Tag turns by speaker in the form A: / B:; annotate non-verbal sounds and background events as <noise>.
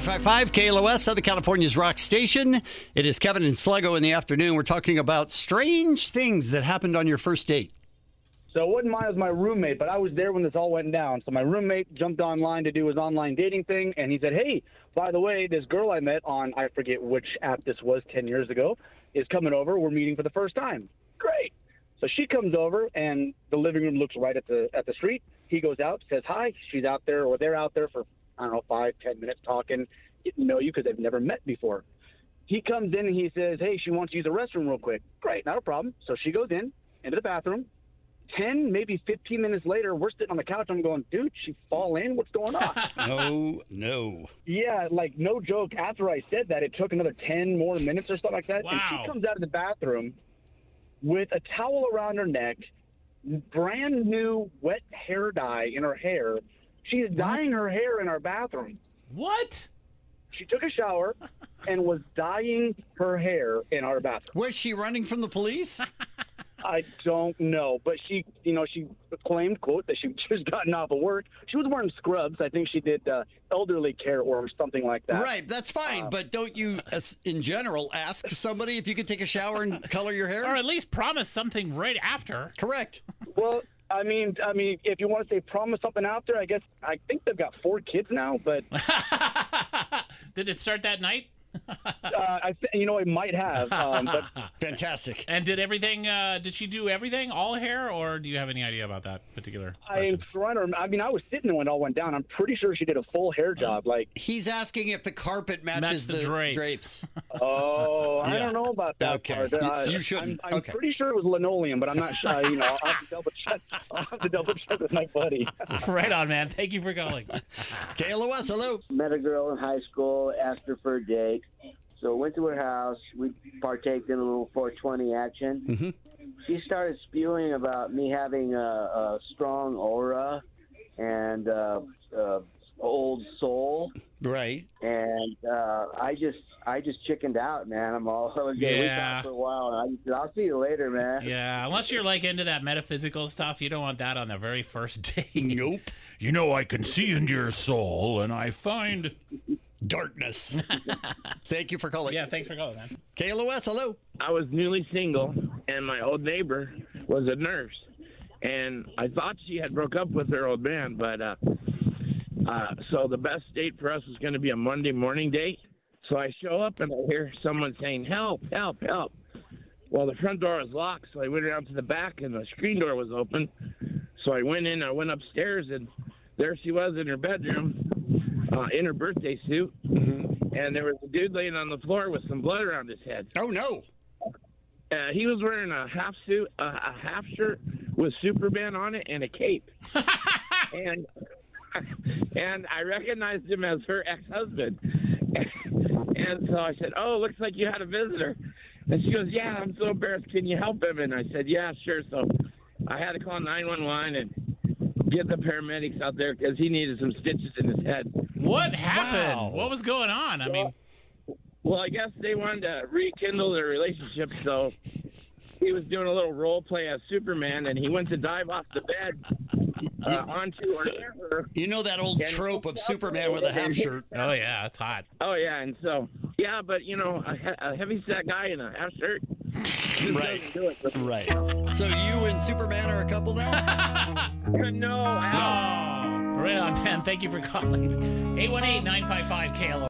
A: 95.5 KLOS, Southern California's rock station. It is Kevin and Sluggo in the afternoon. We're talking about strange things that happened on your first date.
B: So it wasn't mine, it was my roommate, but I was there when this all went down. So my roommate jumped online to do his online dating thing, and he said, Hey, by the way, this girl I met on, I forget which app this was 10 years ago, is coming over. We're meeting for the first time. Great. So she comes over, and the living room looks right at the, at the street. He goes out, says hi. She's out there, or they're out there for, I don't know, five, ten minutes talking, getting to know you because they've never met before. He comes in and he says, Hey, she wants to use the restroom real quick. Great, not a problem. So she goes in, into the bathroom, 10, maybe 15 minutes later, we're sitting on the couch. I'm going, dude, she fall in? What's going on?
A: No, no.
B: yeah, like, no joke. After I said that, it took another 10 more minutes or something like that. And
C: Wow.
B: she comes out of the bathroom with a towel around her neck, brand new wet hair dye in her hair. She's dyeing her hair in our bathroom.
C: What?
B: She took a shower and was dyeing her hair in our bathroom.
A: Was she running from the police?
B: I don't know, but she, you know, she claimed quote that she <laughs> just gotten off of work. She was wearing scrubs. I think she did uh, elderly care or something like that.
A: right, that's fine. but don't you, as- in general, ask somebody if you could take a shower and color your hair?
C: Or at least promise something right <laughs> after.
A: Correct.
B: Well, I mean, I mean, if you want to say promise something out there, I guess I think they've got four kids now,
A: <laughs>
B: but uh,
C: Did it start that night?
B: I, th- you know, it might have. Um, but
A: <laughs> Fantastic.
C: And did everything? Uh, did she do everything? All hair, or do you have any idea about that particular
B: I'm
C: question?
B: trying to. I mean, I was sitting when it all went down. I'm pretty sure she did a full hair job. Like,
A: He's asking if the carpet matches
C: Match the drapes.
B: oh, I
A: Yeah.
B: don't know about that
A: Okay.
B: part.
A: You-
B: I-
A: you shouldn't.
B: I'm, I'm
A: Okay.
B: pretty sure it was linoleum, but I'm not sure. uh, You know, I'll have to double check. I'll have to double check with my buddy.
C: <laughs> right on, man. Thank you for calling.
A: KLOS, hello.
D: met a girl in high school, asked her for a date. So went to her house. We partaked in a little 420 action.
A: Mhm.
C: Mm-hmm.
D: She started spewing about me having a, a strong aura and uh, uh, old soul,
A: Right.
D: and uh, I just I just chickened out, man. I'm all <laughs> okay. We
C: Yeah.
D: talked for a while, and I just said, I'll see you later, man.
C: yeah, unless you're like into that metaphysical stuff, you don't want that on the very first <laughs> date.
A: Nope.
C: You know, I can see into your soul, and I find. <laughs>
A: Darkness. Thank you for calling.
C: Yeah, thanks for calling, man.
A: KLOS, hello.
E: I was newly single, and my old neighbor was a nurse, and I thought she had broke up with her old man, but uh, uh, so the best date for us was going to be a Monday morning date. So I show up and I hear someone saying, "Help! Help! Help!" Well, the front door was locked, so I went around to the back, and the screen door was open. So I went in. I went upstairs, and there she was in her bedroom, uh, in her birthday suit, and there was a dude laying on the floor with some blood around his head.
A: Oh, no.
E: Uh, he was wearing a half suit, uh, a half shirt with Superman on it, and a cape. and and I recognized him as her ex-husband. <laughs> and so I said, "Oh, looks like you had a visitor." And she goes, "Yeah, I'm so embarrassed. Can you help him?" And I said, "Yeah, sure." So I had to call 911 and get the paramedics out there because he needed some stitches in his head.
C: What happened?
A: Wow.
C: What was going on? I mean,
E: Well, I guess they wanted to rekindle their relationship, so he was doing a little role play as Superman, and he went to dive off the bed uh, onto or near her.
A: You know that old
E: Yeah.
A: trope of Superman with a
E: <laughs>
A: half shirt.
C: oh yeah, it's hot.
E: Oh yeah, and so yeah, but you know, a, he- a heavy set guy in a half shirt just
A: Right.
E: doesn't do it. But,
A: Right. So you and Superman are a couple now?
E: no, Al.
C: <laughs> Oh, right on, man. Thank you for calling. 818 955 KLO.